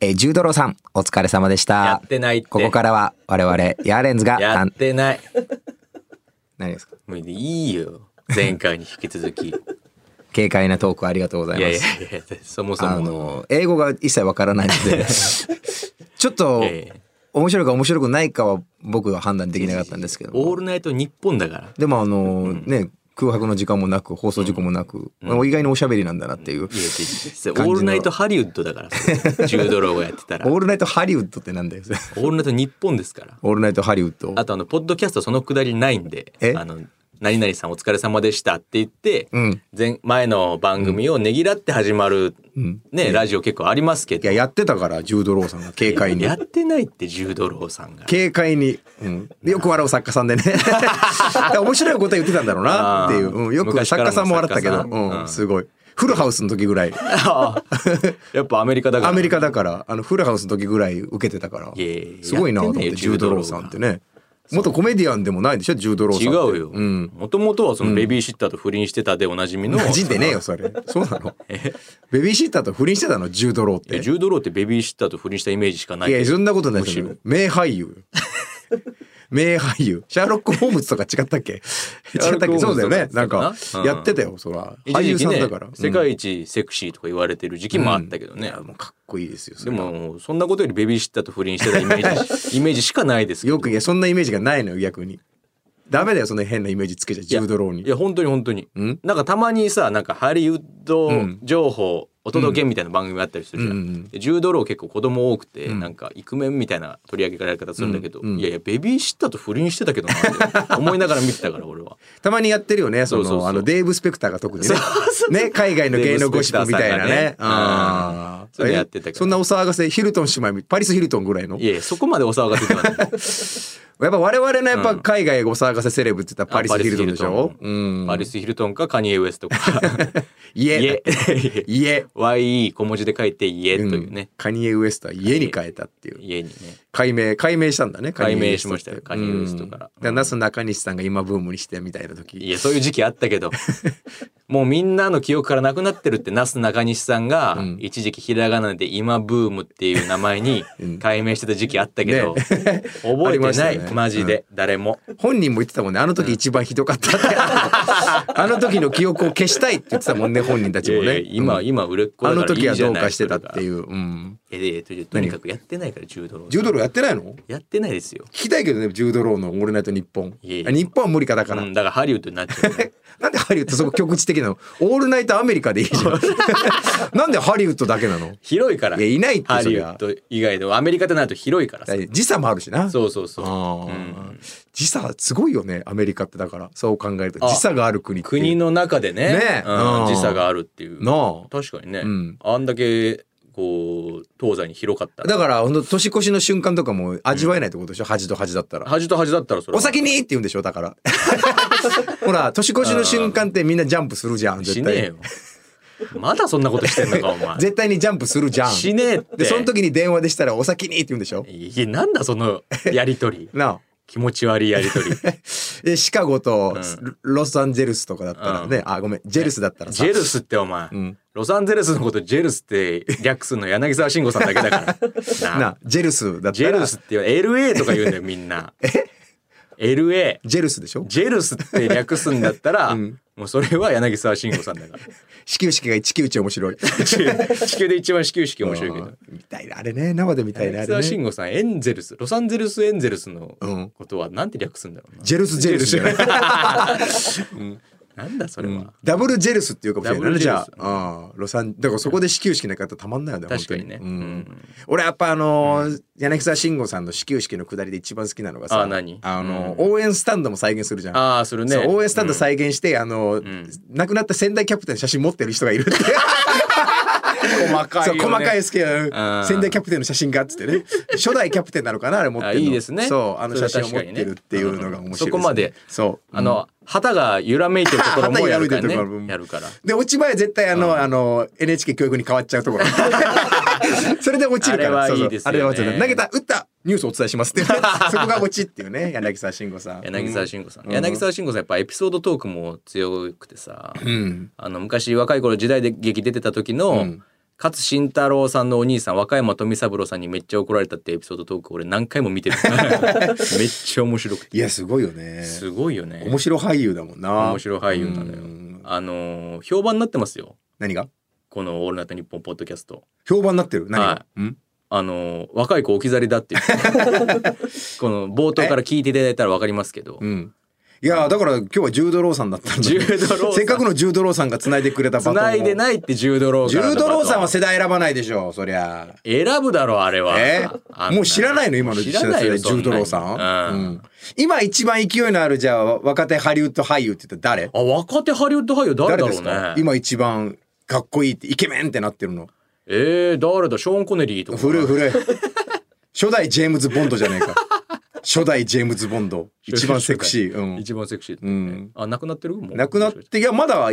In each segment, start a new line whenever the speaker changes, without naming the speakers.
えー、10ドロさん、お疲れ様でした。
やってないって
ここからは我々、ヤーレンズが、
や
な
っ
ん
てない。
何ですか
もういいよ。前回に引き 続き。い
軽快なトークありがとうござい
や
ま
いやい
す。
や、そもそ
あ
もの。
の、英語が一切わからないの で、ちょっと、
ええ
面白いか面白くないかは僕は判断できなかったんですけど
オー
も。
ルナイト日本だから。
でもあの、ね、空白の時間もなく、放送事故もなく、意外におしゃべりなんだなっていう。
いやいや
感じの
オールナイトハリウッドだから。10ドローがやって たら。
オ
オ
ールナイトハリウッドってなん だよ。それ
ールナイト日本ですから。
オールナイトハリウッド。
あとあの、ポッドキャストそのくだりないんで
え、
あの、何々さんお疲れ様でしたって言って、
うん
前前の番組をねぎらって始まる、
ん
ね、ラジオ結構ありますけ
い
ど
や、やってたから、ジュードローさんが軽快に。
やってないって10ドローさんが。
軽快に、うん、よく笑う作家さんでね面白いこと言ってたんだろうなっていう、うん、よく
昔
作
からの
家さんも笑ったけど、
作家さん
うん
うん
すごいフルハウスの時ぐらい
やっぱアメリカだから。
アメリカだからあのフルハウスの時ぐらい受けてたから
いやいや
すごいなと思って
やってねえ
ジ
よ
ュードローさんってね元コメディアンでもないでしょジュードローさん
違う
って
よ
うん、
もともとはそのベビーシッターと不倫してたでおなじみの、
馴染んでねえよそれそうな のベビーシッターと不倫してたのジュードローっ
い
て
や10ドローってベビーシッターと不倫したイメージしかない
い
けど
やそんなことない
む
です
しろ
よ名俳 優名俳優シャーロック・ホームズとか違ったっ け違ったっけそうだよね
シ
な
ャ
ん
ーロックホ
か
ームズとかうん
やってたよそら
一
俳優
時
さ
期
ん
ね
だから
世
うん
界一セクシーとか言われてる時期もあったけど
い
ね、
やもうかっこいいですよそ
で
れ
もそんなことよりベビーシッターと不倫してたイメージイメージしかないですけど
よくいやそんなイメージがないのよ逆にダメだよそんな変なイメージつけちゃジュードロー
い
に
や本当に本当に
ん
なんかたまにさなんかハリウッド情報お届けみたいな番組あったりするじゃん、
うんうんうん
でジュードロー結構子供多くて、なんかイクメンみたいな取り上げられ方するんだけど、いやいやベビーシッターと不倫してたけどなって思いながら見てたから俺は
たまにやってるよねそ
そうそうそ
の
う
あのデーブ・スペクターが特にね
そう
ね海外の芸能ゴシップみたいな
デーブ
ね
スペクターさん
あー
そういうのやってたけど
えそんなお騒がせヒルトン姉妹みパリス・ヒルトンぐらいの
いやいやそこまでお騒がせてはない
やっぱ我々のやっぱ海外お騒がせセレブって言 ったらパリス・ヒルトンでしょ
パリスヒルト
う
ン
ん
パリス・ヒルトンかカニエ・ウエスト か
家
家
家
YE 小文字で書いて家と
う
いうんね、
カニエ・ウエストは家に変えたっていう
家にね
解明解明したんだね
改名
カ
し
ニエウエ
ま
スト
した
って
よカニエウエスト
う
から
んだからなす中西さんが今ブームにしてみたいな時
いやそういう時期あっ たけどもうみんなの記憶からなくなってるってなすなかにしさんが、一時期ひらがなで今ブームっていう名 前に改名してた時期あったけど、
ね
覚
あり
え
ま
て
し
な
た
い、
ね
マジで、誰も
本人も言ってたもんねあの時一番ひどかったって あの時の記憶を消したいって言ってたもんね本人たちも
いや
ね
いや
う
今、
ん
今売れっ子
あ
だ
の
からいい
時は
じゃ
どう
ない
かしてたっていうううん
とにかくやってないから10ドル
10ドルやってないの
やってないですよ、
聞きたいけどね10ドルの「オールナイトニッポン」
いやいや
あ日本は無理かだから
うん、だからハリウッドになっちゃ うね
なんでハリウッドそこ局地的なのオールナイトアメリカでいいじゃん なんでハリウッドだけなの
広いから
いやいないって
ハ
そ
リ
り
ウ
ゃ
ッド以外のアメリカってなると広いからさ
時差もあるしな
そうそうそう、
あ
うん
ー時差すごいよねアメリカってだからそう考えると
あ
時差がある国っていう
国の中でね
ねえ
う
う
ん
ん
時差があるっていう
な
確かにね、
ん
あんだけこう東西に広かった
あ
ら
だからほんと年越しの瞬間とかも味わえないってことでしょ、端と端だったら
端と端だったらそれ
お先にって言うんでしょだから ほら年越しの瞬間ってみんなジャンプするじゃん
し
絶
ねえ
対
よまだそんなことしてんのか お前
絶対にジャンプするじゃん
しねえって
でその時に電話でしたらお先にって言うんでしょ
いやなんだそのやり とり
なあ
気持ち悪いやりと り
えシカゴと
うん
ロサンゼルスとかだったらね、あごめんジェルスだったら
ジ
さ
ェルスってお前、
ん
ロサンゼルスのことジェルスって略すの柳沢慎吾さんだけだからな あ
なあジェルスだったら
ジェルスって言う LA とか言うんだよみ んな LA
ジェルスでしょ
ジェルスって略すんだったら、もうそれは柳沢慎吾さんだから
始球式が一球打ち面白い
地球で一番始球式面白いけど。
みたいなあれね生で見たいなあ
柳
れ
沢
ね
慎吾さん、エンゼルス、ロサンゼルスエンゼルスの
うん
ことはなんて略すんだろうな。
ジェルスジェルスじゃない
なんだそれは。
ダブルジェルスっていうかもしれない
ダブ
ね
ル
じ
ジェ
ゃ
ル
あ
ス
ああロサンだからそこで始球式なんかやったらたまんないよね
確かにね
本当うん俺やっぱあのー柳沢慎吾さんの始球式のくだりで一番好きなのがさ
あ何
あのー応援スタンドも再現するじゃん
ああ、それね。
そう応援スタンド再現して、あの、亡くなった仙台キャプテンの写真持ってる人がいるって
細か
そう
よね
細かい。スケー
うん
ル仙台キャプテンの写真がっつってね初代キャプテンなのかなあれ持ってる
あ
の
いいですね。
そうあの
それ
写
は
真を持っ
確かに
て
ね
るっていうのが面白いですね、
そこまで。
そう
あの、旗が揺らめいてるところもやるから
旗揺らめいてるところ
ね。
も
やるから。
で落ち前絶対あの、あの NHK 教育に変わっちゃうとこ ろそれで落ちるから
あれはいい
そうそう
ですよ
あ
ね
れはちょっと投げた打ったニュースお伝えしますって いうねそこが落ちっていうね柳沢慎吾さん
柳沢慎吾さん、
うん
柳沢慎吾さんやっぱエピソードトークも強くてさ、
うん
あの昔若い頃時代で劇出てた時の、
ん
勝慎太郎さんのお兄さん若山富三郎さんにめっちゃ怒られたってエピソードトーク俺何回も見 てるめっちゃ面白くて
いやすごいよね
すごいよね
面白俳優だもんな
面白俳優なのよ
うん
あのー評判になってますよ
何が
この「オールナイトニッポン」ポッドキャスト
評判になってる何が、
は
うん
あのー若い子置き去りだ っていうこの冒頭から聞いていただいたらわかりますけど
うんいやーだから今日は重ドローさんだったんだ
重ドローさん
せっかくの重ドローさんが繋いでくれたバトンを
繋いでないって重ドローから
重
の
ドローさんは
バトン
世代選ばないでしょそりゃ
選ぶだろうあれは
え
あんな
もう知らないの今の
知らないよそ
重
ん
ド
な
ロ
に
ーさん、
うん
うん今一番勢いのあるじゃあ若手ハリウッド俳優って言ったら誰
あ若手ハリウッド俳優誰だ
誰
ろ
ですか
うね
今一番かっこいいってイケメンってなってるの
えー、誰だショーン・コネリーとか
古い古い初代ジェームズ・ボンドじゃねえか初代ジェームズ・ボンド一番セクシー、うん、
一番セクシーだった
う
ね、
ん
あ亡くなってるもう
なくなっていやまだ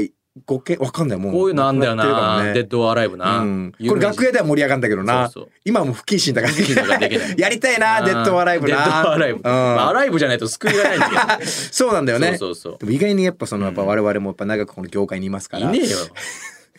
ごけわかんないもう
こういうのあんだよな
くってるかもね
デッド・アライブな、
うん、これ楽屋では盛り上がんだけどな
そうそう
今はもう不謹慎だから
不謹慎だからできな い
やりたいなデッドアライブな
デッド・アライブ、まあア
うん
ライブじゃないと救いがないんだけど
そう なんだよね
そうそうそ
でも意外にやっぱそのやっぱ我々もやっぱ長くこの業界にいますか
うい
ら
ねえよ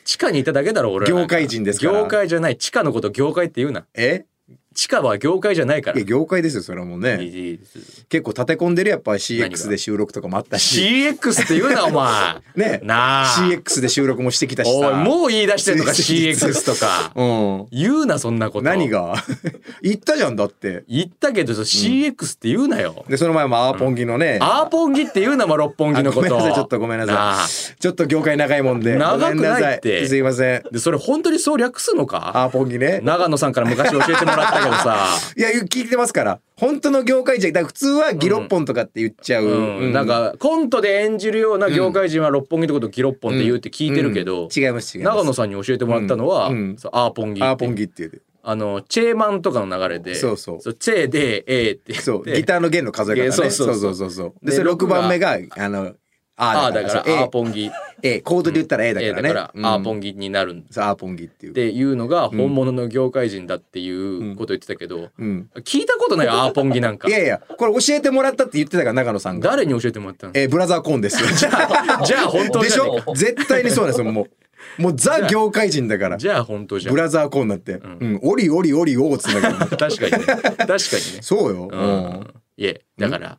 地下にいただけだろ俺らなん
業界人ですから
業界じゃない地下のこと業界って言うな
え
地下は業界じゃないか
い
ら
や業界ですよそれはもう
いい
ね
いいです
結構立て込んでるやっぱ
何
CX
が
で収録とかも あったし
CX って言うなお前
ね
なあ
CX で収録もしてきたし
おい
さ
もう言い出してん のか CX とか
うん
言うなそんなこと
何が 言ったじゃんだって
言ったけどそ CX って言うなよ、
でその前もアーポンギのね、
アーポンギって言うなまあ六本木のこ
あ
と
ごめんなさいちょっとごめんなさい
ああ
ちょっと業界長いもんで
長くない
ごめんさ
って
すいません
でそれ本当にそう略すのか
アーポンギね
長野さんから昔教えてもらったけどさ、
いや聞いてますから本当の業界じゃだから普通はギロッポンとかって言っち ゃう、
うん
う
なんかコントで演じるような業界人は六本木のことをギロッポンって言うって聞いてるけど、
うん違います違います
長野さんに教えてもらったのは、
うんうん
そうアーポンギって
アーポンギって言う
あのチェーマンとかの流れで
そうそう
チェーでエーって言って
そうギターの弦の数え方ね
そうそうそう
そうそうそうで
で
それ6
六が
番目があの
あ
あ
あだからアーポンギ
A, A コードで言ったら A だ
A
から
だ
ね、
からアーポ
ギ
ンギになるんだ
そうアーポンギってい
っ
う
ていうのが本物の業界人だっていうこと言ってたけど、
うん
聞いたことないよアーポンギなんか
いやいやこれ教えてもらったって言ってたから長野さんが
誰に教えてもらったの
えーブラザーコーン ですよ
じゃあ本当
で
じ
し
ゃねえ
ょ絶対にそうなんですよもうもうザ業界人だから
かじゃあ本当じゃん
ブラザーコーンだって「うん、オリオリオリオ」っつうんだから
確かにね確かにね
そうよ、
う
うん
んいえだから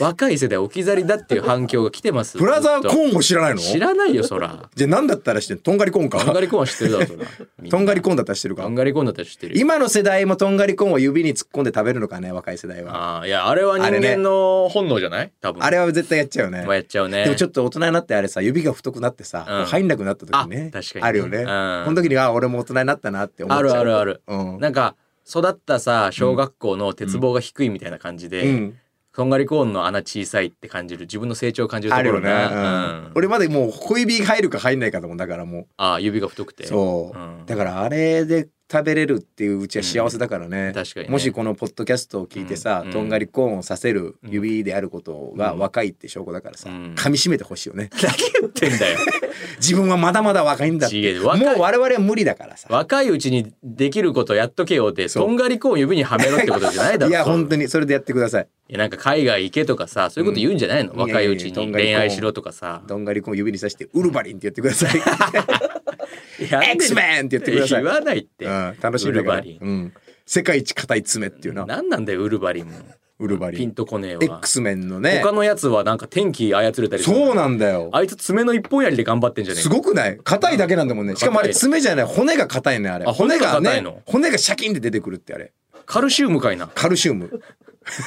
若い世代置き去りだっていう反響が来てます
ブラザーコ
ン
ーンを知らないの
知らないよそら
じゃあ何だったらしてんのとんがりコーン
とんが
か
りコーンは知ってるだ ろそらみ
とんがりコ
ン
ーンだったらしてる
と
か
んがりコーンだったら知ってるよ
今の世代もとんがりコーンを指に突っ込んで食べるのかね若い世代は
ああいやあれは人
あれね
間の本能じゃない多分
あれは絶対やっちゃうよね
まあやっちゃうね
でもちょっと大人になってあれさ指が太くなってさ、
うん
入んなくなった時ね
あ確かに
あるよね、
うん
この時にあ俺も大人になったなって思っちゃう
あるあるあ
るうん
なんか育ったさ小学校の鉄棒が低いみたいな感じで、
うん
とんがりコーンの穴小さいって感じる自分の成長を感じると
あ
こ
るよ
ろ
ね、
ね、
うん
うん
俺までもう小指入るか入んないかだもんだからも
ああ指が太く
う
て
そう、
うん
だからあれで食べれるっていううちは幸せだからね,、
ん確かにね
もしこのポッドキャストを聞いてさ、
うん
とんがりコーンをさせる指であることが若いって証拠だからさ、
うん
噛み締めてほしいよね
何言ってんだよ
自分はまだまだ若いんだって
違え
もう
よ若い
我々は無理だからさ
若いうちにできることやっとけよで
そう
とんがりコーン指にはめろってことじゃないだろ
いや本当
に
にそれでやってください
なんか海外行けとかさそういうこと言うんじゃないの、
うん
若いう
いやいやい
ちに
やとんがりコーン
恋愛しろとかさ
どんがりコーンを指にさしてウルバリンって言ってください
やんねえ
X-Men って言ってください
言わないって、
うん、楽しいん
ウ
だ
ル
か
バ
ら、
リン
うん、世界一硬い爪っていうな
何なんだよウルバリンも
ウルバ
ピ
リン
ンとこねえわ
X メンのね
他のやつはなんか天気操れたりする
そうなんだよ
あいつ爪の一本やりで頑張ってんじゃねえ
すごくない硬いだけなんだもんねしかもあれ
硬い
爪じゃない骨が硬いねあれ
あ
骨
骨が
が
硬
ね
いの
骨がシャキンって出てくるってあれ
カルシウムかいな
カルシウム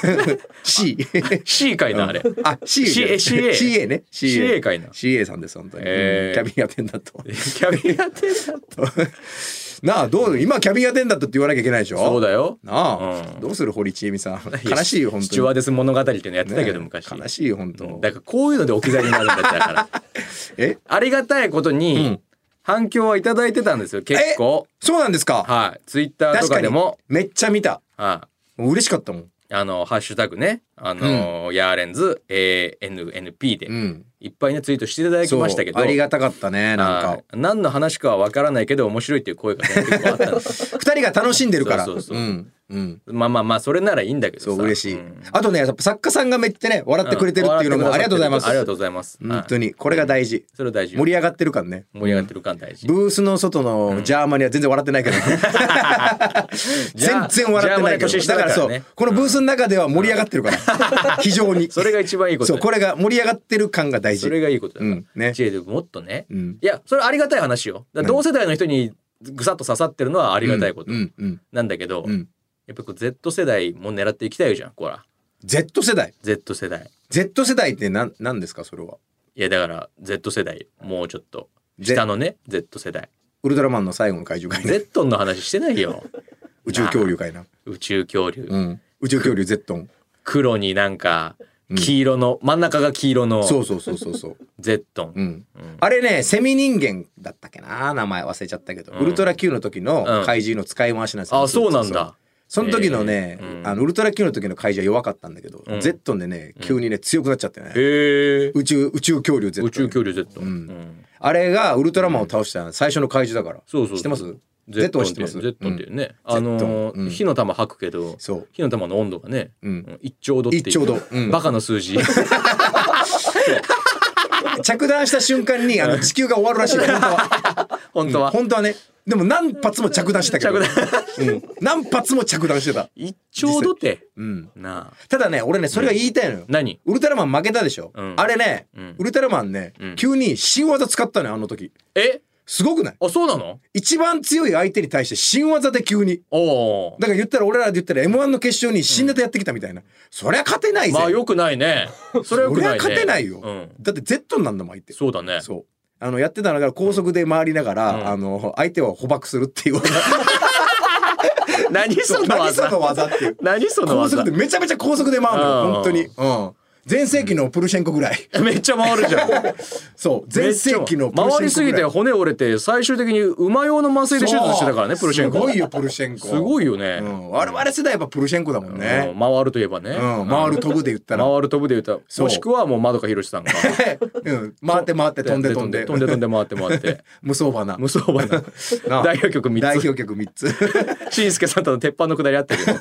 C
C かいなあれ
あ C
CA CA
CA ね
CA かいな
CA さんです本当に、
えー
うんキャビンアテンダント
キャビンアテンダント
なあどう今キャビンアテンダントって言わなきゃいけないでしょ
そうだよ
なあ、
うん
どうする堀ちえみさん悲しいよ本当に
スチュワーデス物語っていうのやってたけ
ねえ
ど昔
悲しいよ本当、
うんだからこういうので置き去りになるんだってだから
え
ありがたいこと
う
に
ん
反響はいただいてたんですよ結構
そうなんですか、
はいツイッターと
確か
か
に
でも
めっちゃ見た
は
もう嬉しかったもん
いあのハッシュタグねあのーヤーレンズ ANNP で
うん
いっぱいねツイートしていただき
そう
ましたけど
ありがたかったねなん
は
か
い 何の話かはわからないけど面白いっていう声がね結構あったんです
二人が楽しんでるから
そうそうそう
うんうん、
まあまあまあそれならいいんだけどさ
そう嬉しい、
ん
あとねやっぱ作家さんがめっちゃね笑ってくれてるっていうの
ん
もありがとうございます
ありがとうございます
本当
はい
にこれが大事
それ大事
盛り上がってる感ね
盛り上がってる感大事
ブースの外のジャーマニは全然笑ってない けど、全然笑ってないけ
ジャーマニは年
ど
下
だ
だ
か
から
ら
ね
そうこのブースの中では盛り上がってるから非常に
それが一番いいこと
そ
だよ
うこれが盛り上がってる感が大事
それがいいことだから、
うんね
知恵でもっとね、
うん
いやそれはありがたい話よだから同世代の人にぐさっと刺さってるのはありがたいこと
うんうん
なんだけど、
うんうん
やっぱこう Z 世代も狙っていきたいじゃんこら
Z 世代
Z 世代
Z 世代って何何ですかそれはい
やだから Z 世代もうちょっと
Z
下のね Z 世代
ウルトラマンの最後の怪獣界
Z の話してな いよ
宇宙恐竜界な、
宇宙恐竜、
うん、宇宙恐竜 Z ン
黒になんか黄色の、真ん中が黄色の
そうそうそうそうそう
Z
う
ン
んあれねセミ人間だったっけな名前忘れちゃったけど、ウルトラ Q の時の怪獣の使い回しなんですよ
あそうなんだ
その時のね、
えーうん
あのウルトラ Q の時の怪獣は弱かったんだけど、
ん
Z でね急にね強くなっちゃってね、
へえ
宇宙宇宙恐竜 Z
宇宙恐竜 Z、
んあれがウルトラマンを倒した最初の怪獣だから、
そうそうそう
知ってます Z は知ってます
Z っていうね、
ん
あのー
Z うん
火の玉吐くけど
そう
火の玉の温度がね、
ん
一丁度っていう
一丁度うん
バカの数字
うん着弾した瞬間にあの地球が終わるら しい本当は
本当は、
本当はねでも何発も着弾したけど
着
うん、何発も着弾してた、
一丁度って
うん、
なあ
ただね俺ねそれが言いたいのよ、
何
ウルトラマン負けたでしょ、
うん
あれね、
うん
ウルトラマンね、
うん
急に新技使ったのよあの時
え
すごくない
あそうなの
一番強い相手に対して新技で急に
おお
だから言ったら俺らで言ったら m 1の決勝に新ネタやってきたみたいな、そりゃ勝てないぜ、
まあよくないねそれはよ
そ
く
りゃ
ないね
勝てないよ、
うん、
だって Z なんだもん相手
そうだね
そうあのやってたのが高速で回りながら、
うん
あの相手を捕獲するっていう技
何その
何そ
技
の技っていう
何その
高速で
技
めちゃめちゃ高速で回るの
う
よ
ん
本当にうん全盛期のプルシェンコぐらい
めっちゃ回るじゃん
そう全盛期のプルシェンコぐらい
回りすぎて骨折れて最終的に馬用の麻酔で手術してたからね
そう
プロシェンコ
すごいよプルシェンコ
すごいよ
う
ね、
ん、我々世代はプルシェンコだもん
う
ね、
ん回るといえばね、
うん回る飛ぶで言ったら、
回る飛ぶで言うた
そう
もしくはもうまどかひろしさんが
うん、回って回って 飛んで飛んで
飛んで飛んで回って回 って
無双花
無双花
なあ
代表曲
代
3つ
表曲3つ
しんすけさんとの鉄板のくだりあったけ どこ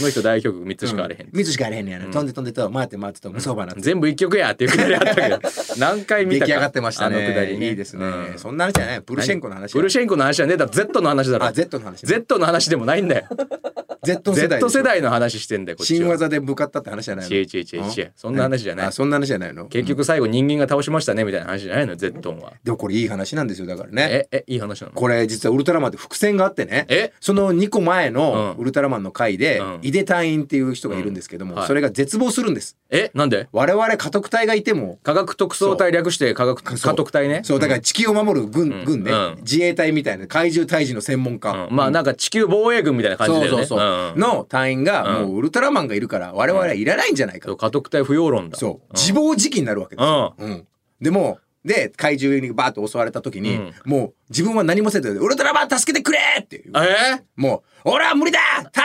の人代表曲3つしかあれへん、
水しかあれへんねやな、飛んで飛んでと回って回ってと無双花って
全部1曲やっていうくだりあった けど何回見
出
た
来
か
上がってましたね
あのくだりね
いいですね、
うん
そんな話じゃないプルシェンコの話
プルシェンコの話はねだから Z の話だろ
あ Z の話
Z の話でもないんだよ
Z 世代
Z 世代の話してんだよこっちは
新技で向かったって話じゃないの
違う違う違う違うんそんな話じゃない
あそんな話じゃないの
結局最後人間が倒しましたねみたいな話じゃないの Z ンは。
でもこれいい話なんですよだからね
ええいい話なの
これ実はウルトラマンって伏線があってね
え
その2個前の
うん
ウルトラマンの回で、
うん
井出隊員っていう人がいるんですけども、
うんはい
それが絶望するんです
えなんで
我々家督隊がいても
科学特捜隊略して科学家
そう
督隊ね。
そうだから地球を守る軍,、
ん
軍ね、
うん
自衛隊みたいな怪獣退治の専門家、
うんまあなんか地球防衛軍みたいな感じ
そ
だ
う
よ
そうそ
ね。
う、
うん
の隊員がもうウルトラマンがいるから我々はいらないんじゃないか、
そう家督隊不要論だ。
そう、
ん
自暴自棄になるわけですよ、
うん。
うん、でもで怪獣にバーッと襲われた時に、
うん
もう自分は何もせず「ウルトラマン助けてくれ!」っていう
え
もう「俺は無理だ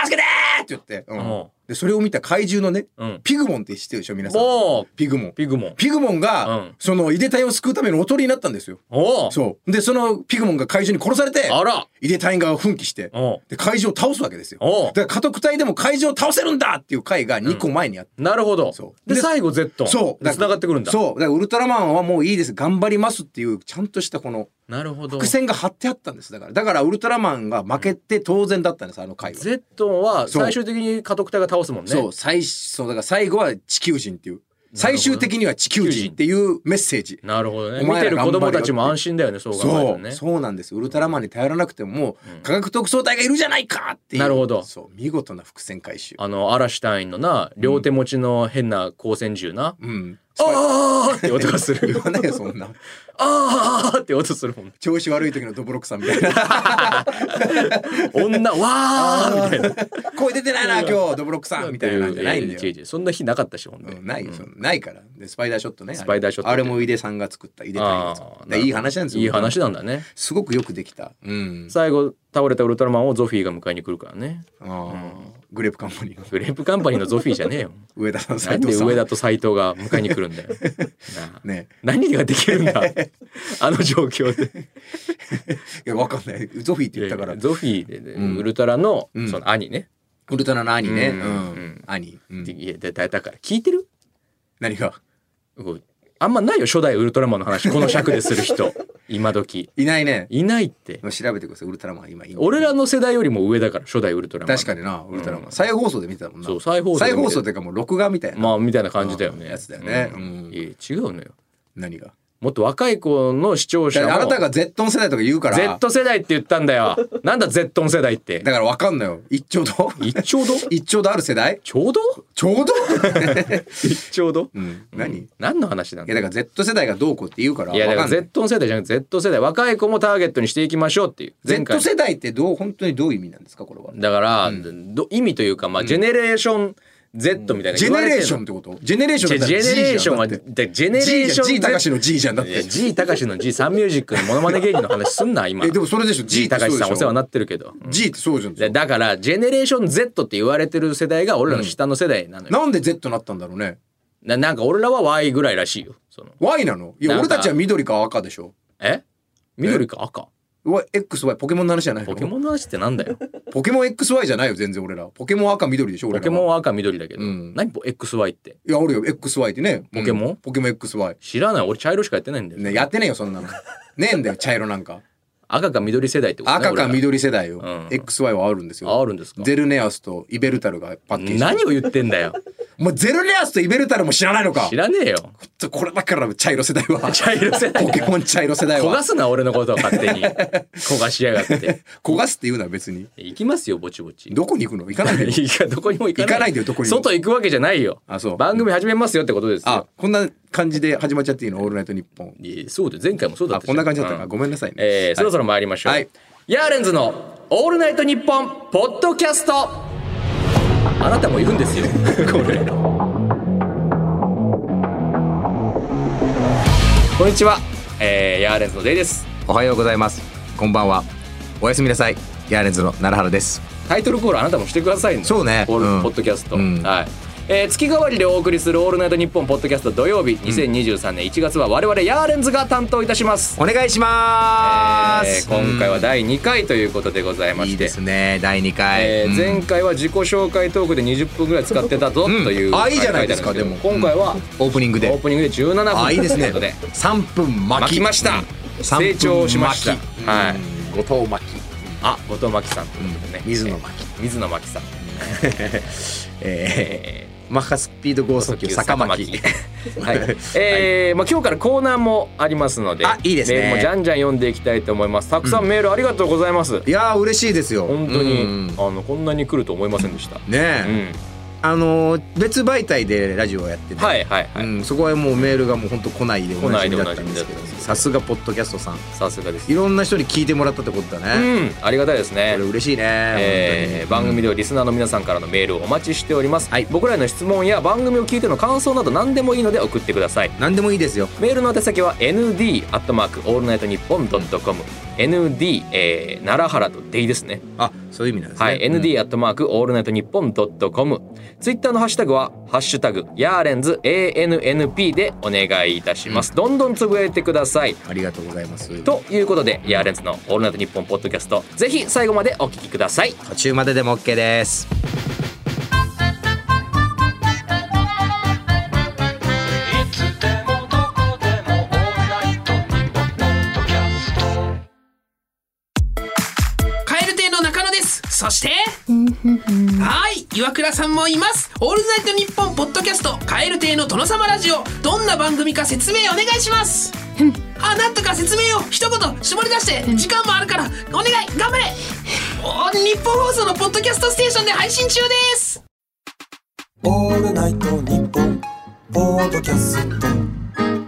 助けて!」って言って、うん
うん
でそれを見た怪獣のね、
うん
ピグモンって知ってるでしょ皆さん
もう
ピグモン
ピグモン。
ピグモンが、
うん
そのいでたいを救うためのおとりになったんですよ
おお
そうでそのピグモンが怪獣に殺されて
あら
井手隊員が奮起して
おう
で怪獣を倒すわけですよ
おう
だから家督隊でも怪獣を倒せるんだっていう回が2個前にあって、
なるほど
そ。う
で
で
最後 Z ン。
そうだ
繋がってくるんだ。
そうだからウルトラマンはもういいです頑張りますっていうちゃんとしたこの
なるほど
伏。線が張ってあったんですだからだからウルトラマンが負けて当然だったんですあの回は、
Z ンは
そう
最終的に家督隊が倒すもんね。
そう最そうだから最後は地球人っていう最終的には地球人っていうメッセージ
なるほどね。
お
見
前
て
ら
る
頑張れよ
子供たちも安心だよね、そう考え
そ
ると
う
ね。
そうなんですウルトラマンに頼らなくてももう科学特捜隊がいるじゃないかっていう
なるほど
そう見事な伏線回収
あの嵐隊員のな両手持ちの変な光線銃な、
うん
ああって音がす
言
る
わないよそんな
ああって音するもん
調子悪い時のドブロックさんみたいな
女わーみたいな
声出てないな今日ドブロックさんみたいなんじゃないんだ
やや違
よ
う違うそんな日なかったしほんで、
うんないよそのないからでスパイダーショットね
スパイダーショット
あれも井出さんが作った井出隊員が作った
あー
でいい話なんですよ
いい話なんだね
すごくよくできたうん
最後倒れたウルトラマンをゾフィーが迎えに来るからね
あーグレープカンパニーの
グレープカンパニーのゾフィーじゃねえよ
上田さん
な
斉
んで
藤さん
上田と斎藤が迎えに来るんだよなあ
ね
何ができる んだあの状況で
いやわかんないゾフィーって言ったから
ゾフィーでね、ウルトラのその兄ね、
ウルトラの兄ね。
う
うんん。
うん
兄。うん
でいやだだだから聞いてる
何が
こうあんまないよ初代ウルトラマンの話この尺でする人今時
いないね。
いないって
調べてください。ウルトラマン今いない。
俺らの世代よりも上だから初代ウルトラマン
確かにな、ウルトラマン。再放送で見てたもんな。
そう再放送で見
再
て
放送っていうかもう録画みたいな。
まあみたいな感じだよね
やつだよね
うん
うん
いや違うのよ
何が
もっと若い子の視聴者
だ
も
からあなたが Z 世代とか言うから。
Z 世代って言ったんだよなんだ Z 世代って
だからわかんないよ。一丁度
一丁度
一丁度ある世代
ちょうど
ちょうど
一丁度
うん。何
う
い
ん何の話なんだ
やだから Z 世代がどうこうって言うから。
いやだから
わんない
Z 世代じゃなくて Z 世代若い子もターゲットにしていきましょうっていう前回
Z 世代ってどう、本当にどういう意味なんですか、これは。
だから、ど意味というかまあジェネレーション Z みたいな
ジェネレーション
ン
ってことジェネレーション
ジェ
だった
ジ
ら
ェネレーションは
だって
でジェネレーシ
G じゃ
ョン
ん G 高
Z
志の G じゃんだっ
いや
て
G 高志の G サンミュージックのモノマネ芸人の話すんな今
えでもそれでしょ
G
G ってそ
高
うで
志
し
さんお世話
ょ
になってるけど、うん
G ってそうじゃん
でだからジェネレーション Z って言われてる世代が俺らの下の世代なのよ、
なんで Z になったんだろうね
ななんか俺らは Y ぐらいらしいよその
Y なのいや
なん
俺
か
たちは緑か赤でしょ
え緑か赤
Y XY ポケモンの話じゃないの
ポケモンの話ってな んだよ
ポケモン XY じゃないよ全然俺らポケモン赤緑でしょ俺
ポ
ら
ケモン
は
は赤緑だけど、
うん
何ポ XY って
いや俺よ XY ってね
ポケモン
うんポケモン XY
知らない俺茶色しかやってないんだよ、
ねやってねえよそんなのねえんだよ茶色なんか
赤か緑世代ってことね
赤か
俺ら
緑世代よ
ん
XY はあるんです
ああ
よ
るんですか
ゼルネアスとイベルタルがパッケージ
何を言ってんだよ
お前ゼルネアスとイベルタルも知らないのか
知らねえよ
ちょこれだから茶色世代は
茶色世代
ポケモン茶色世代
焦が
は
すな俺のことを勝手に焦がしや がって
焦がすって言うな別に
行きますよぼちぼち
どこに行くの行かないでよ
いやどこにも行かない
行かないでよどこにも
外行くわけじゃないよ
あそう
番組始めますよってことです
あ
よ
こんな感じで始まっちゃっていいの「オールナイトニッポン
いやそうで前回もそう」だっ
あ
た
こんな感じだった
う
か
ん
ごめんなさいね、
えーそろそろ参りましょう、
はい
ヤーレンズの「オールナイトニッポン」ポッドキャストあなたもいるんで すよこれこんにちは、えー、ヤーレンズのデイです
おはようございますこんばんはおやすみなさいヤーレンズの奈良原です
タイトルコールあなたもしてくださいね
そうね
オール
うん
ポッドキャスト、
うん
はいえー月替わりでお送りする「オールナイトニッポン」ポッドキャスト土曜日2023年1月は我々ヤーレンズが担当いたします、
お願いしま
えー
す、
今回は
第
第2回ということでございま
い
し
い
て
ですね第2回、
えー
うん
前回は自己紹介トークで20分ぐらい使ってたぞという、
うんあいいじゃないですか
書てあるんけど
でも
今回は
オープニング
オー
で
プニングで17分
あいいですね
ということで
3分巻
巻
き
きました
三分
成長しました
巻き
はい
うん後藤巻き、
あ後藤真希さんということでね、
うん水野真紀
えー水野真希さん、
え
えー
ーマッハスピード剛速球坂巻き
はい、えーまあ今日からコーナーもありますので、
あいいですね
メールもじゃんじゃん読んでいきたいと思います。たくさんメールありがとうございます。
いやー嬉しいですよ
本当に、
うん
あのこんなに来ると思いませんでした。
ねえ、
うん、
あのー別媒体でラジオをやってて、
はいはいはい、
うん、そこはもうメールがもう本当来ないでおなじみだったんですけど
来ないでおなじみだったんですけど
さすがポッドキャストさん
さすがです。
いろんな人に聞いてもらったってことだ
う
ね、
ん、ありがたいですね
これ。嬉しいね、
えー
本
番
当に
組ではリスナーの皆さんからのメールをお待ちしております、僕らへの質問や番組を聞いての感想など何でもいいので送ってください
何でもいいですよ
メールの宛先は ND アットマークオールナイトニッポンドットコム ND、えー、奈良原とデイですね
あそういう意味なんですね
はい、ND アットマークオールナイトニッポンドットコムツイッターのハッシュタグは「ハッシュタグヤーレンズ ANNP」でお願いいたします、どんどんつぶやいてください
ありがとうございます
ということでヤーレンズの「オールナイトニッポン」ポッドキャストぜひ最後までお聞きください
途中まででも OK です
カエル亭の中野ですそしてはい岩倉さんもいますオールナイトニッポンポッドキャストカエル亭の殿様ラジオどんな番組か説明お願いしますあなんとか説明を一言絞り出して時間もあるからお願い頑張れお日本放送のポッドキャストステーションで配信中です
オールナイトニッポンポッドキャスト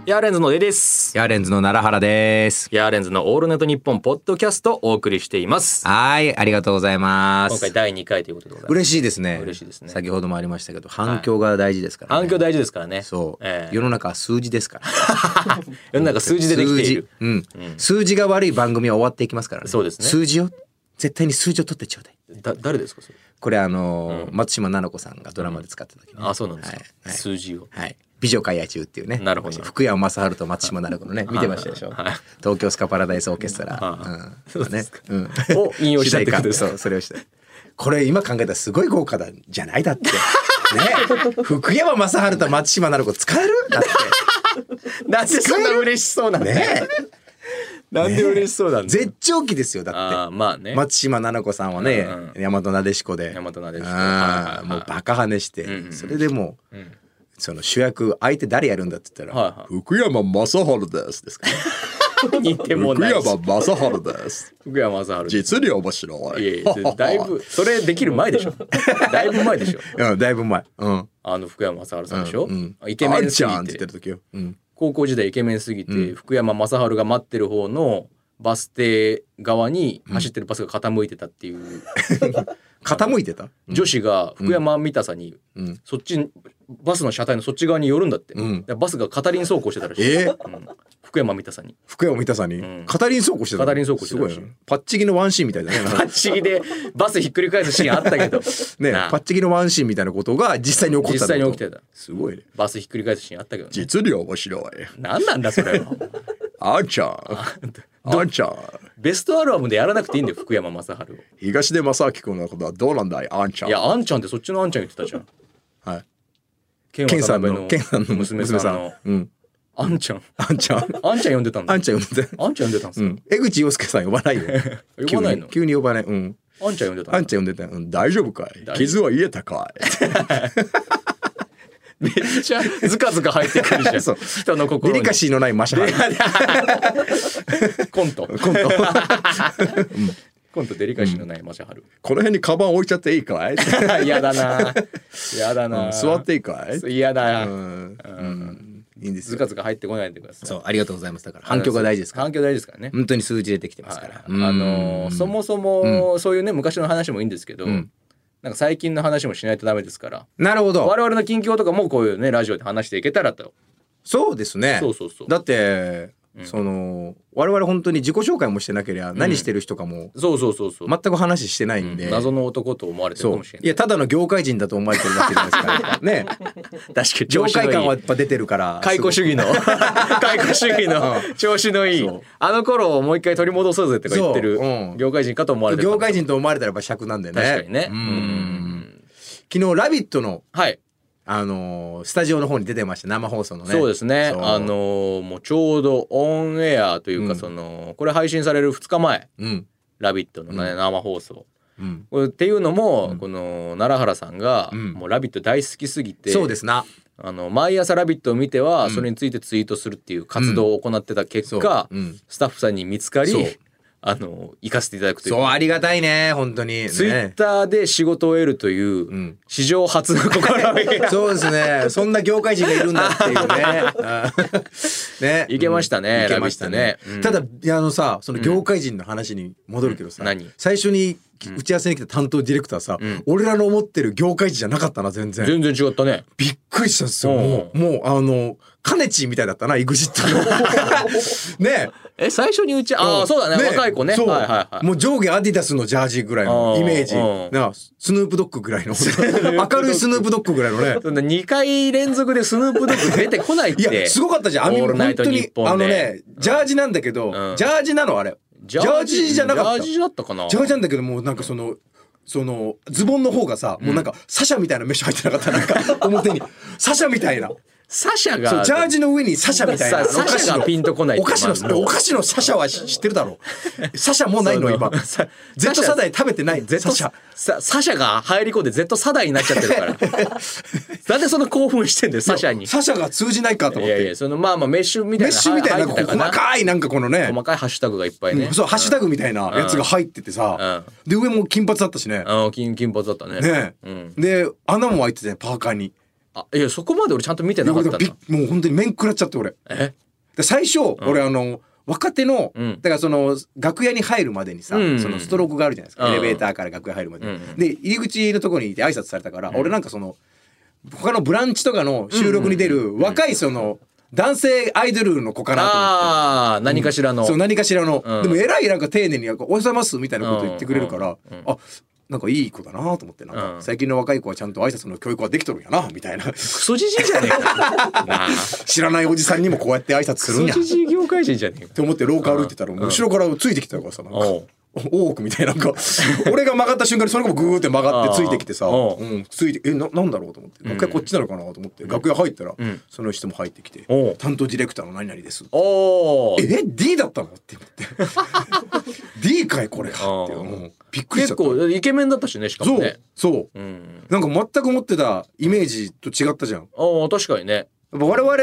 ヤーレンズのデイです
ヤーレンズの奈良原です
ヤーレンズの「オールナイトニッポン」ポッドキャストをお送りしています
はいありがとうございま
今
す
回第2回ということでございます
嬉しいですね
嬉しいですね
先ほどもありましたけど反響が大事ですから、ね
反響大事ですからね
そう、
ええ
世の中は数字ですから
世の中数字でできている
数字,、うん数字が悪い番組は終わっていきますからね
そうですね
数字を絶対に数字を取ってちょうだい
だ誰ですかそれ
これあのー松島菜々子さんがドラマで使ってた時、ね
あそうなんですか、
はいはい
数字を
はい美女会野中っていうね
なるほど
福山雅治と松島菜々子のね見てましたでしょ、
はいはい
東京スカパラダイスオーケストラ、
あ
うん
そうですか
うん
を引用したってことです
主題歌そうそれをしたこれ今考えたらすごい豪華だじゃないだって。ね、福山雅治と松島奈々子使えるだっ
なんで そんな嬉しそうなん
て。
だ
ね
なんで嬉しそうなんだ
絶頂期ですよだ
あ
っ
あまあ
て。
ね。
松島奈々子さんはね、
うん
大和なでしこで。
大和なでしこはい
あ
はいは
あ
い
もうバカ跳ねして、
うんうん
それでもう、
うん
その主役相手誰やるんだって言ったら、
はいはい
福山雅治ですですから。
似てもないし。
雅治 です。
福山雅治。
実に面白
いやいやだいぶそれできる前でしょ。だいぶ前でしょ。
うん、だいぶ前。うん。
あの福山雅治さんでしょ。
うん
イケメンす
あんちゃんって言
ぎて
ってる時よ。うん。
高校時代イケメンすぎて、福山雅治が待ってる方のバス停側に走ってるバスが傾いてたっていう、
傾いてた。
女子が福山見たさに、
うん
そっちバスの車体のそっち側に寄るんだって、
うん
だからバスが片輪走行してたらしい、
えー
うん福山見たさに
福山三田さんに、
ん
カタリン走行してたの。
片輪走行してたらしい
すごいなパッチギのワンシーンみたいだね。なん
パ
か
ッチギでバスひっくり返すシーンあったけど
ね、
なあ
パッチギのワンシーンみたいなことが実際に起こった
実際に起きて
た。
た
すごいね。
バスひっくり返すシーンあったけど、ね、
実に面白い。
何なんだそ れは
あんちゃん。あんちゃん。
ベストアルバムでやらなくていいんだよ福山雅治を
東出正明君のことはどうなんだいあんちゃん
いやあんちゃんってそっちのあんちゃん言ってたじゃん
はい。
ケ
ケンさんの、ケンさんの
娘
娘
さ
さ
ん
ん。
の
うん。
あんちゃん
あんちゃん。
あんちゃん呼んでたんだ
あ
あ
ん
ん
ちゃん呼んで。
ちゃん呼んでたんです
う
よ
ん。江口洋介さん呼ばないよ。
呼ばない
急
の
に急に呼ばない。うん。
あんちゃん呼んでたんだ
あんちゃん呼んでたようん大丈夫かい
丈夫
傷は癒えたか
めっちゃずかずか入ってくるじゃん
そう
人の
いデ
心に
リカシーのないマシャハ
コント
今度
コントデリカシーのないマシャハル
この辺にカバン置いちゃっていい かい
嫌だな嫌だな
座っていいかい
嫌だ
うんうんいいんです
ず
よ
かずか入ってこないでください
そうありがとうございますだから反響が大事ですから
反響大事ですからね
本当に数字出てきてますから
あのーそもそもそういうね昔の話もいいんですけど
ん
なんか最近の話もしないとダメですから
なるほど
我々の近況とかもこういうねラジオで話していけたらと
そうですね
そうそうそう
だってその我々本当に自己紹介もしてなければ何してる人かも
そうそうそうそう
全く話してないんで
謎の男と思われてる
そ
か
う
もしれ
い
ない
やただの業界人だと思われてるだけじゃないです からね
確かに
業界感はや
は
っぱ出てるから
解雇主義 の解雇主義の調子のいいあの頃をもう一回取り戻そうぜとか言ってる
そううん
業界人かと思われてるか
業
も
界人と思われたらやっぱ尺なんでね。
確かにね
う
うんん
昨日「ラビット!」の、
はい
あのースタジオの方に出てました生放送のね。
そうですね
そう
あのーもうちょうどオンエアというかそのこれ配信される2日前
うん
「ラビット!」のね生放送
うん
これっていうのもこの奈良原さんが
ん
もう「ラビット!」大好きすぎて
そうですな。
あの毎朝「ラビット!」を見てはそれについてツイートするっていう活動を行ってた結果
うんそううん
スタッフさんに見つかり
そう
あの行かせていただくという
そうありがたいね本当に。
ツイッターで仕事を得るという史上初の 試み
ね、 そうですねそんな業界人がいるんだっていう ね。うんね
いけましたね
うんいけましたね
ラビットねうん。
ただいやあのさその業界人の話に戻るけどさ、
うん何
最初に打ち合わせに来た担当ディレクターさ、俺らの思ってる業界人じゃなかったな全然。
全然違ったね
びっくりしたんですよ。
うん
もう、もう、あの、カネチみたいだったな、イグジットの。 ねえ。
え最初にうちああそうだね
え
若い子ねは
そ
いうはいはい
もう上下アディダスのジャージぐらいの
うん
イメージ。
うん
なあスヌープドッグぐらいの。 明るいスヌープドッグぐらいのね。
そんな2回連続でスヌープドッグ出てこないっ
い
て
や、すごかったじゃん。あ
オールナイ
本
ト
当
ニ
に
ッ、ポンで
あのね、ジャージなんだけど、
うん
ジャージなのあれ。ジャージじゃなかった。
ジャージだったかな
ジャージなんだけどもうなんかそのそのズボンの方がさ、もうなんかサシャみたいなメッシュ入ってなかったなんか表にサシャみたいな
サシャ
そ
が
うジャージの上にサシャみたいな
さ
お菓子の
サシャがピンとこないって
お菓子
ま
の
ず
それお菓子のサシャは知ってるだろうサシャもうないの
その
今
さ
Z
サシャ
世代食べてない
Z
サシャ
さサシャが入り込んで Z サダイになっちゃってる からなんでそんな興奮してんだよサシャに
サシャが通じないかと思
い
って
やいやそのまあまあメッシュみた
メ
い
ッ
な
シュみたいな
入
こ
っ
う
てた
細
な
かいなんかこのね
細かいハッシュタグがいっぱいね、
そうハッシュタグみたいなやつが入っててさ、で上も金髪だったしね、
あの金金髪だったね
ね、
うん、
で穴も開いててパーカーに
あいやそこまで俺ちゃんと見て
で
なかっ
俺
た
が
な
びっもう本当に面食らっちゃって俺
え
で最初、俺あの若手の、
うん
だからその楽屋に入るまでにさ、
うん
そのストロークがあるじゃないですか、
うん
エレベーターから楽屋入るまで、
うん
で入り口のところにいて挨拶されたから、俺なんかその他の「ブランチ」とかの収録に出る若いその男性アイドルの子かなと思って。
ああ何かしらの、
そう何かしらの、
うん
でも偉いなんか丁寧に「おはようございます」みたいなこと言ってくれるから、あなんかいい子だなと思ってなんか、
うん
最近の若い子はちゃんと挨拶の教育はできとるんやなみたいな
クソじじいじゃねえかなあ
知らないおじさんにもこうやって挨拶す
ク
るん
ソ
や
じじい業界人じゃねえ
っ
か
て思って廊下歩いてたらもう後ろからついてきたからさなんか
おう
大奥みたいななんか 俺が曲がった瞬間にそれがもうグーって曲がってついてきてさ、
あー
うん、ついてえななんだろうと思って楽屋こっちなのかなと思って、楽屋入ったら、
ん
その人も入ってきて
おう
担当ディレクターの何々です」
おー
え D だったのって思って D かいこれがって
あー
うんびっくりしちゃ
結
った
構イケメンだったしねしかも
そう、
ね
そう
う、ん
なんか全く思ってたイメージと違ったじゃん
あー確かにね
やっぱ我々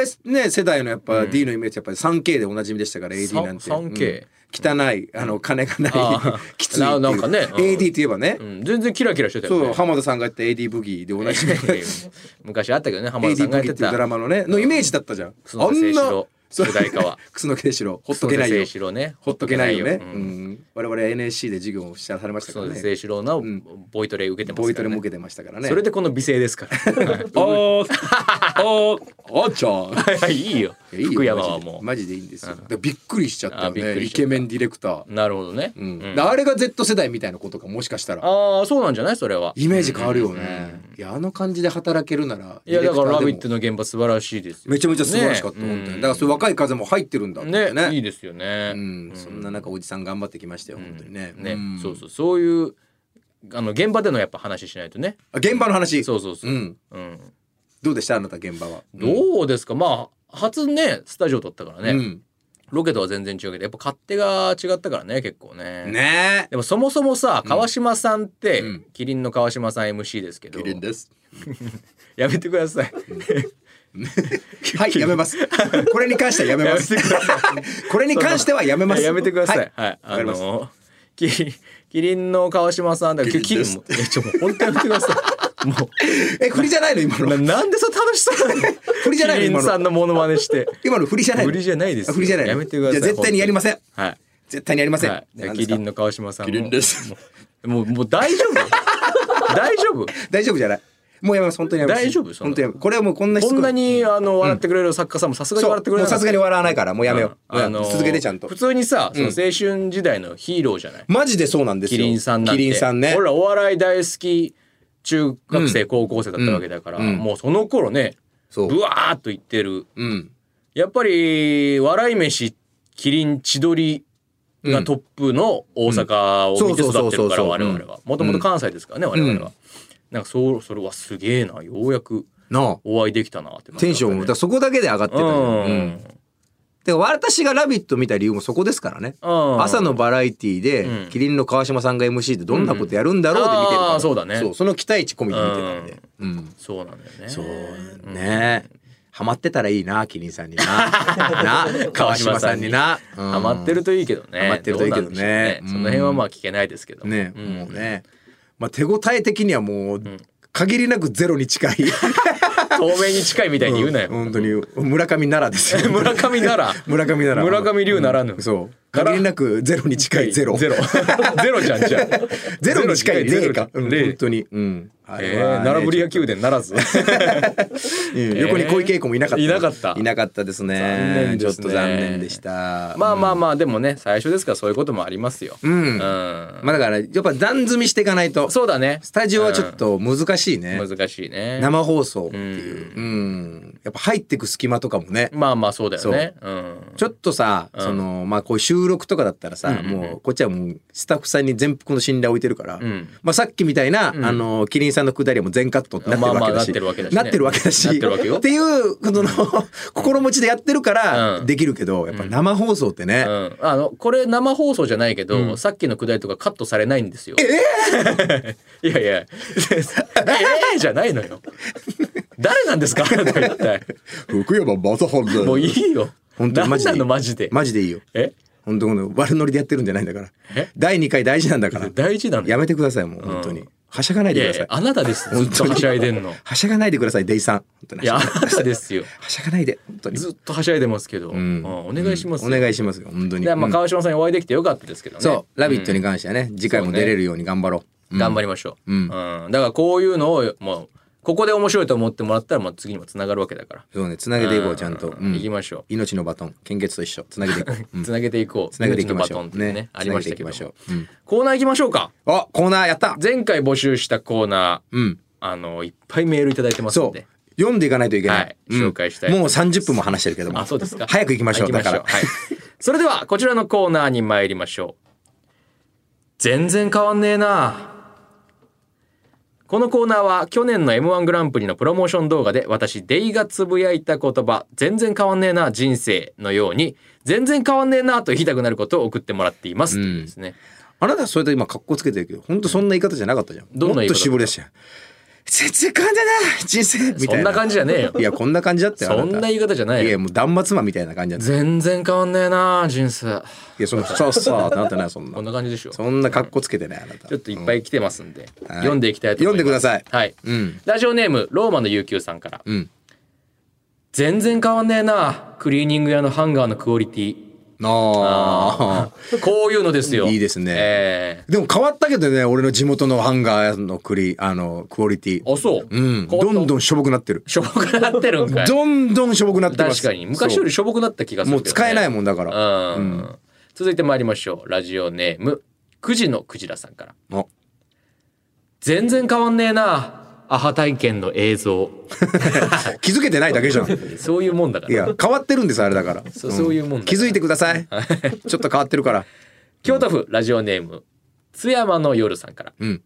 ね世代のやっぱ D のイメージやっぱり 3K でおなじみでしたから AD なんて、
3K
うん汚いあの金がない
あー
きついっていう
ななんかねうん
AD といえばね、
うん全然キラキラしてたよ
そう
ね
浜田さんがやった AD ブギーでおなじみ
昔あったけどね 浜田さ
AD
んが
ブ
や
ギー
っ
っ
て
ていうドラ
た
マのねのイメージだったじゃん
楠木清志郎
そう
主題歌は
楠木清志郎ほっとけないよ
清志郎ね
ほっとけないよね、
ほっと
う
けないようん
ん、我々 NSC で授業をされましたか
そ
ら
うです
ね
清志郎の
ん
ボイトレ受けてますからね
ボイトレも受けてましたからね
それでこの美声ですから。
おーおーおーちゃん
はい、いいよ。
いやいいよ
福山はも
マジでマジでいいんですよ、だからびっくりしちゃった
あ
よ
びっく
ね
り
イ
しちゃった
ケメンディレクター、
う。なるほどね。
うん
うん
だからあれが Z 世代みたいなことかもしかしたら
ああ、そうなんじゃない、それは。
イメージ変わるよね、いやあの感じで働けるなら
いや、だから、ラビット
の
の現場素晴らしいですよ。
めちゃめちゃ素晴らしかった、
ね
本当にだからそういう若い風も入ってるんだってね
ね、いいですよね。
うん、そんな中おじさん頑張ってきましたよ、本当にね
ね、
うん
そうそう、そういう。あの現場でのやっぱ話しないとね。
あ現場の話
そうそうそう。
ん、
うん。
どうでしたあなた現場は
どうですか、まあ、初ね、スタジオ撮ったからね。
うん
ロケとは全然違うけど、やっぱ勝手が違ったからね、結構ね。
ねえ
でも、そもそもさ、川島さんって、
うん
キリンの川島さん MC ですけど。
です
やめてください。
はいやめ ますこれに関してはやめ
や
ま
め
す
てください。
これに関してはやめます
やめてください。
は
はいい。
わ
あ
かりました
のキ リキリンの川島さんだから
キリンです
もうえちょもう本当にやめてください。も
え振りじゃないの今
う
の
ななんでそれ楽しそう なの？
振りじゃないの
キリンさんのモノマネして。
今の振りじゃないの
振りじゃないですよ
あ振りじゃないの
やめてください
じゃあ絶対にやりません
は
絶対にやりま
い。
せん、
はいじゃあ。
何
キ
です
リ
か
ンの川島さんも。
キリンです
もう。もうもう大 丈夫。大丈夫。
大丈夫じゃないもうやめます本当にやめます
大丈夫そん
本
な
当にやめますこれはもうこんなしつ
こ
こい
んなにあの笑ってくれる作家さんもさすがに
そう
笑って
も
くれな
う
か
さ
った
すがに笑わないからもうやめよう、
うん
うん続けてちゃんと
普通にさ、その青春時代のヒーローじゃない。
マジでそうなんです
キ
よ
リンさんなんて
キリンさんね
俺らお笑い大好き中学生、高校生だったわけだから、もうその頃ね
そう
ぶわーっと言ってる
うん
やっぱり笑い飯キリン千鳥がトップの大阪を見て育ってるから
うん
我々はもともと関西ですからね我々は、なんかそうそれはすげえなようやく
なあ
お会いできたなって感じ
テンションもだからそこだけで上がってた
うん
よ、うん、で私が「ラビット!」見た理由もそこですからね
うん
朝のバラエティで、
ん
キリンの川島さんが MC ってどんなことやるんだろうで見てるから、
あーそうだね
そうその期待値込みで見てたんで、うん、
そうなんだよね
そうね、ハマってたらいいなキリンさんにな な川島さんにな
ハマってるといいけどね
ハマってるといいけどね
うなんでしょう
うん
その辺はまあ聞けないですけど
ね、
うん
もうね、まあ、手応え的にはもう限りなくゼロに近い
透明に近いみたいに言うなよ。
本当に村上ならですよ
村上なら。
村上なら
村上龍ならぬ。
そう限りなくゼロに近いゼロ
ゼロ。ゼロじゃんじゃん。
ゼロに近い
ゼ
ゼ
ロ
ロか、うん、
ゼロ
本当に、うん、あ
え
れはね
ー奈良ブリア宮殿ならず。
うん横に小池栄子もいなかった、
いなかった
いなかったですね
残念ですね
ちょっと残念で した
まあまあまあでもね最初ですからそういうこともありますよ。うん。
まあだからやっぱ段積みしていかないと
そうだね。
スタジオはちょっと難しいね、
難しいね。
生放送っていう、うんやっぱ入ってく隙間とかもね、
まあまあそうだよね。うん。
ちょっとさ、そのまあこういう収録とかだったらさ、もうこっちはもうスタッフさんに全幅の信頼を置いてるから、まあさっきみたいな、あのキリンさんのくだりはもう全カットってなってるわけだし、
まあまあなってるわけだしね
なってるわけだし
なってるわけよ
っていうこの心持ちでやってるから
うん
できるけど、やっぱ生放送ってね、
うん、あのこれ生放送じゃないけど、さっきのくだりとかカットされないんですよ。え いやいや「えー!」 じゃないのよ。誰なんですか あなた一体。
福山雅治だよ
もういいよ。
本当にマジでい
何
い
なのマジで。
マジでいいよ
え
本当この悪ノリでやってるんじゃないんだから
え
第2回大事なんだから
大事なの
やめてくださいもう本当に、
うん
はしゃがない
い
でく
や
だ
い
さい
やあなたです。ずっとはしゃいでんの。
はしゃがないでくださいデイさん本当に
いやあなたですよ。
はしゃがないで本当に
ずっとはしゃいでますけど、うんお願いしますよ。
お願いしますよ本当に
でまあ
うん
川島さんにお会いできてよかったですけどね。
そう「ラビット!」に関してはね次回も出れるように頑張ろう
頑張りましょう。
うん
だからこういうのをもうここで面白いと思ってもらったらもう次にもつながるわけだから。
そうねつなげていこうちゃんと
うん
うん
行きましょ
命のバトン献血と一緒つなげて いこううん
う。つなげていこう。
つなげていきましょ
命のバトンって
う
いうね
ね
あ
つ
り
な
ま
げ
して
い
た
き
けど
ま
も
しょううん
コーナー行きましょうか。
あコーナーやった
前回募集したコーナー、
うん
あのいっぱいメールいただいてますん
そう
で。
読んでいかないといけな
はいい
うん
紹介したい
もう30分も話してるけども
あ、そうですか。
早く行きましょう
行
だ
きまし
か
ょう
ら
はい。それではこちらのコーナーに参りましょう。全然変わんねえなこのコーナーは去年の m 1グランプリのプロモーション動画で私デイがつぶやいた言葉「全然変わんねえな人生」のように「全然変わんねえな」と言いたくなることを送ってもらっています、
うん
ですね
あなたそれと今格好つけてるけど本当そんな言い方じゃなかったじゃん
どんな言い方
もっと絞り出したよ全然変わんねえな人生みたいな
そんな感じじゃねえよ
いやこんな感じだったよ
そんな言い方じゃない
い
よ
やもう断末魔みたいな感じだった
全然変わんねえな人生
いやそのさあさあってなってないそん
こん
な
な感じでし ょ
そんな格好つけてないあなた
ちょっといっぱい来てますんで、
はい
読んでいきたいと思います
読んでください
はい、
うん
ラジオネームローマの悠久さんから
うん
全然変わんねえなクリーニング屋のハンガーのクオリ ティ
ああ
こういうのですよ
いいですね
え
でも変わったけどね俺の地元のハンガーのクリあのクオリティ
ーあそう、
うん
変わった
どんどんしょぼくなってる
しょぼくなってるんかい
どんどんしょぼくなってま
確
す
かに昔よりしょぼくなった気がする、
もう使えない
ん
もんだから
うん、続いて参りましょうラジオネームくじのくじらさんから
あ
全然変わんねえなアハ体験の映像
気づけてないだけじ ゃん
そういうもんだか
い
ら
や変わってるんですあれだから
そうそういうもんだ
気づいてくださいちょっと変わってるから
京都府ラジオネーム津山の夜さんから
うん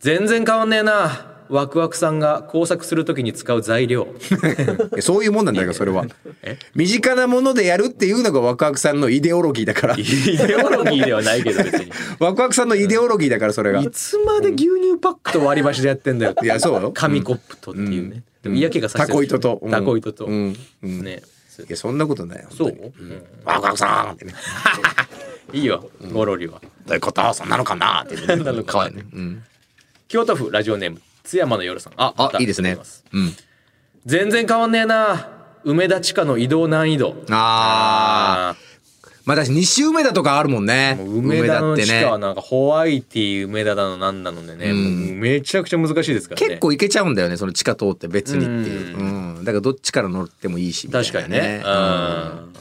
全然変わんねえなワクワクさんが工作するときに使う材料
えそういうもん なんだよそれは身近なものでやるっていうのがワクワクさんのイデオロギーだから
イデオロギーではないけど別に
ワクワクさんのイデオロギーだからそれが
いつまで牛乳パックと割り箸でやってんだよ
いやそうよ
紙コップとっていうね、でも嫌気がさせ
タ
てる
コ糸とうん
タコ糸と、
うんうん
ねそ
いやそんなことないよ
そう、
本当に
うん
ワクワクさんってね
いいよゴロリは、
どういうことそんなのかなって
そんなの可愛いね京都府ラジオネーム津山の夜さんあ
あ
た
いいです
あり
ね
がとうご
う
ざい
ん
ます全然変わんねえな梅田地下の移動難易度
ああまあ私2周目だとかあるもんね
もう梅田の地
梅
下
田
は
ってね
なんかホワイティ梅田だのなんだのでね、もうめちゃくちゃ難しいですからね
結構行けちゃうんだよねその地下通って別にっていううんだからどっちから乗ってもいいしみたいな
確かにね
うん
うん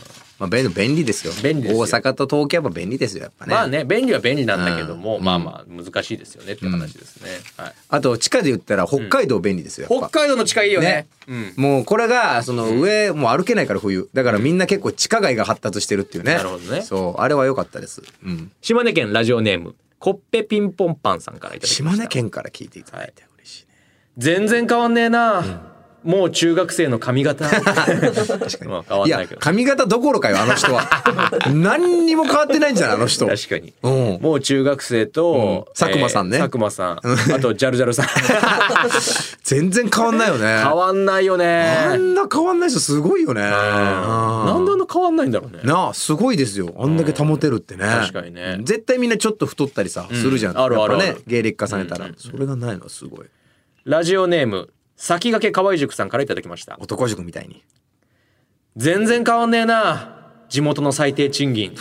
まあ便便利ですよ
便利ですよ
大阪と東京はやっぱ便利ですよやっぱね
まあね便利は便利なんだけども、
うん
まあまあ難しいですよねって話ですね、はい、
あと地下で言ったら北海道便利ですよやっぱ
北海道の近いいよね
ね
うん
もうこれがその上もう歩けないから冬だからみんな結構地下街が発達してるっていうね
なるほどね
そうあれは良かったですうん
島根県ラジオネームコッペピンポンパンさんからいただきました
島根県から聞いていただいて嬉しいね
全然変わんねえな、もう中学生の髪 型
確かに
まあ変わんないけど
や髪型どころかよあの人は 何にも変わってないんじゃないあの人
確かに
うん
もう中学生と、
うん佐久間さんね
えー佐久間さんあとジャルジャル さん
全然変わんないよね
変わんないよ
あ
ね
んな変わんない人すごいよね
な
なん
であんな変わんないんだろうね
なあすごいですよあんだけ保てるってね、
確かにね
絶対みんなちょっと太ったりさ、するじゃん
あるあるある
やっぱね芸歴重ねたら、それがないのはすごい
ラジオネーム先駆け河合塾さんからいただきました
男塾みたい に
全然変わんねえな地元の最低賃金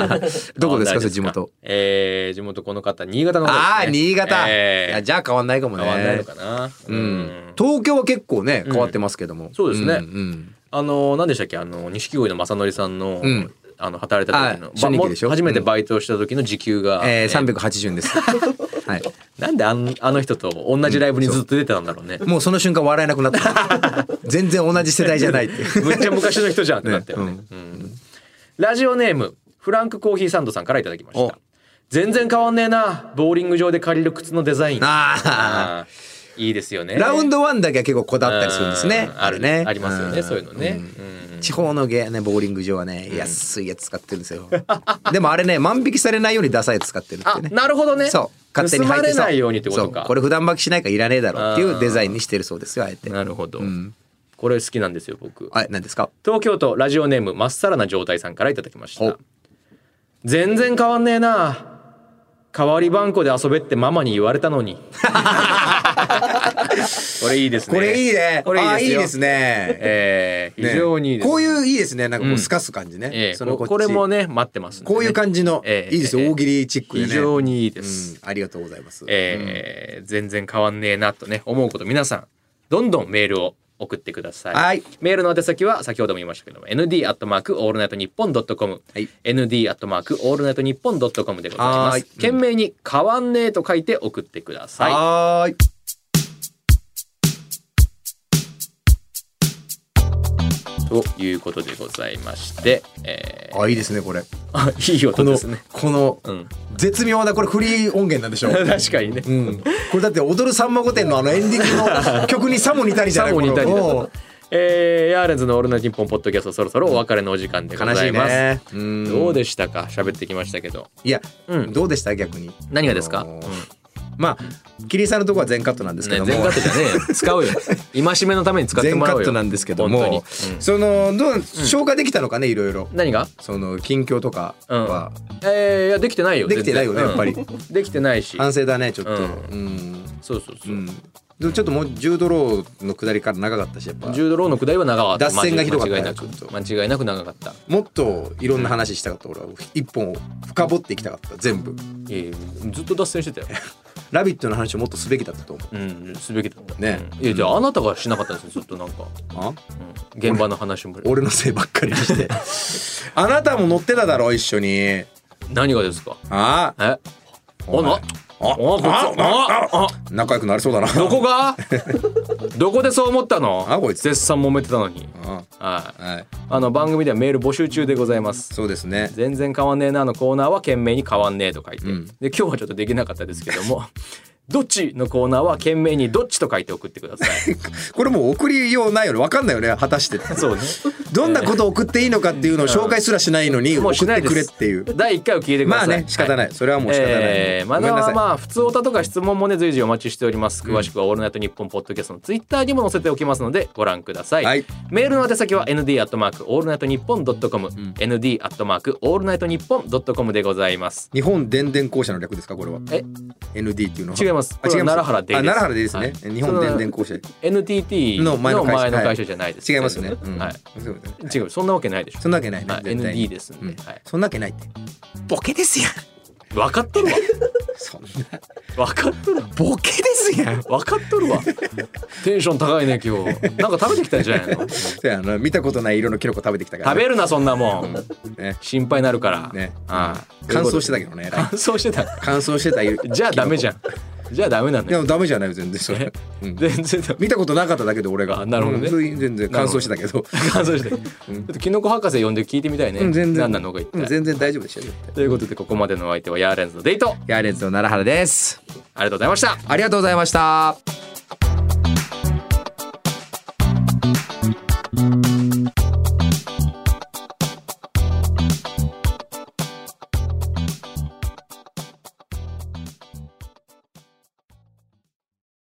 どこです
変わんない
かそれ地元
えー、地元この方新潟の方です、ね、
ああ新潟、
えー
いやじゃあ変わんないかもね
変わんないのかな、う
うん、東京は結構ね変わってますけども、
そうですね
んうん
あの何でしたっけあの錦鯉の正則さんの、
ん
あの働いた時の
あ初任給でしょ
ばも初めてバイトをした時の時給が、
えー、
ね
380円です はい
なんであんあの人と同じライブにずっと出てたんだろうね、
もうその瞬間笑えなくなった全然同じ世代じゃないって いう
めっちゃ昔の人じゃんってなったよねうんラジオネームフランクコーヒーサンドさんからいただきました
お
全然変わんねえなボーリング場で借りる靴のデザイン
ああ
あーいいですよね
ラウン
ド
ドワンだけは結構こだわったりするんですね。
あるねありますよね
ん
そういうのね、うん
地方のゲーねボーリング場はね安いやつ使ってるんですよ。 でもあれね万引きされないようにダサいやつ使ってるって
あ
いうね。
なるほどね
そう勝手に入って
盗まれないようにってこと
そ
か
うこれ普段履きしないからいらねえだろうっていうデザインにしてるそうですよあえて。
なるほど、これ好きなんですよ僕
あ何ですか？
東京都ラジオネームまっさらな状態さんからいただきまし
ほ
た
う
全然変わんねえな代わり番こで遊べってママに言われた のにこれいいですね
これいいね。
これいい
あ
ですよ
ね。
えー
ね
非常にいいです、
こういういいですねなんかこう透かす感じ
え
ね。
ー
その
こ
っち
これもね待ってますんでね
こういう感じのいい
えー
ですよ大喜利チックでね。
非常にいいです、
うんありがとうございます。
えー全然変わんねえなとね思うこと皆さんどんどんメールを送ってください、
はい
メールの宛先は先ほども言いましたけども ND アットマークオールナイトニッポンドットコム
はい
ND アットマークオールナイトニッポンドットコムでございま
は
す
い
懸命に変わんねえと書いて送ってください
はーい。
ということでございまして、えー
あいいですねこれ。
あ いい
こ
音
の、
ですね
この、
うん
絶妙なこれフリー音源なんでしょ
確かにね、
うん、これだって「踊るさんま御殿」のあのエンディン グの曲にさも似たりじゃ
サ
ない
ボにいたり
こ
だ
との
えー、ヤーレンズのオールナイトニッポンポッドキャストそろそろお別れのお時間でござ
悲しい
います
ねうん
どうでしたか喋ってきましたけど
いや、
うん
どうでした逆に
何がですか、
あ
うん
のーまあキリンさんのとこは全カットなんですけ
ね、
ども、
全カットじゃねえよ使 うよ戒めのために使って
全
もら
カ
おう
ッ
よ
トなんですけど
本当に
も、
うん
そのどう消化できたのかねいろいろ
何が
その近況とかは、
えー、いやできてないよ
できてないよね
全然
やっぱ
うんできてないし
反省だねちょっと
うん
うん、
そうそうそうう、
ん、でもちょっともう10ドローの下りから長かったしやっぱ
10ドローの下りは長かった
脱線がひどかったね
間違いなく
ちょっと
間違いなく長かった
もっといろんな話したかった俺は一本を深掘っていきたかった全部
いやいやずっと脱線してた
「
よ、
ラビット!」の話をもっとすべきだったと思う
うん、すべきだった
ね
うんいやじゃああなたがしなかったんですよずっとなんか、
あ
うん現場の話も
俺のせいばっかりにして あなたも乗ってただろ一緒に
何がですか
ああ
えお
前
な
あ
あこいつああ
仲良くなりそうだな
どこ がどこでそう思ったの
あこいつ
絶賛揉めてたのに
あ
はい
はい
あの番組ではメール募集中でございます
そうですね
全然変わんねえなのコーナーは懸命に変わんねえと書いて、
うん
で今日はちょっとできなかったですけども どっちのコーナーは懸命にどっちと書いて送ってくださ い
これもう送りようないよね分かんないよね果たして
そうね
どんなことを送っていいのかっていうのを紹介すらしないのに
も
送
うしな
っ
い
て
で
く
す
れっていう
第1回を聞いてくだ
ま
さ
あ
い
ね仕方ない、それはもう仕方ない、
えーま
ごめ
だ
んなさい、
まあ普通おたとか質問もね随時お待ちしております詳しくは「オールナイトニッポン」ポッドキャストのツイッターにも載せておきますのでご覧ください、
はい
メールの宛先は ND アットマークオールナイトニッポンドットコム ND アットマークオールナイトニッポンドットコムでございます
日本電電公社の略ですかこれは
え
ND っていうのは
違いま
あ違い
す
ます
これは奈良原デイ
あ
です
奈良原でいいですね、
はい
日本電電公社
NTT の
の前
前の
の会社
会社じゃないです、
違いますね、うん
はい
そうだね
違うそんなわけないでしょ
そんなわけないね
はい
絶対に
ND ですんで
うん
はい
そんなわけないって
ボケですやん
分かっとる
そんな
わ分かっとるわ
ボケですやん
分かっとるわテンション高いね今日なんか食べてきたんじゃない の食
そうやな見たことない色のキノコ食べてきたから
べるなそんなもん
ね
心配になるから、
ね
ああ
乾燥してた
け
けどね
乾燥してた
乾燥してた色
じゃあダメじゃんじゃあダメなん
い
だ
や
よ
ダメじゃないよ全然それ、うん
全然ダメ
見たことなかっただけで俺が
あなるほどね
うん全然全然乾燥してたけど
乾燥してちょっとキノコ博士呼んで聞いてみたいね、
うん全然
何なのか一体、
うん全然大丈夫でしたよ絶対
ということでここまでのお相手はヤーレンズのデイトあり
ヤーレンズの奈良原です
がとうございました
ありがとうございました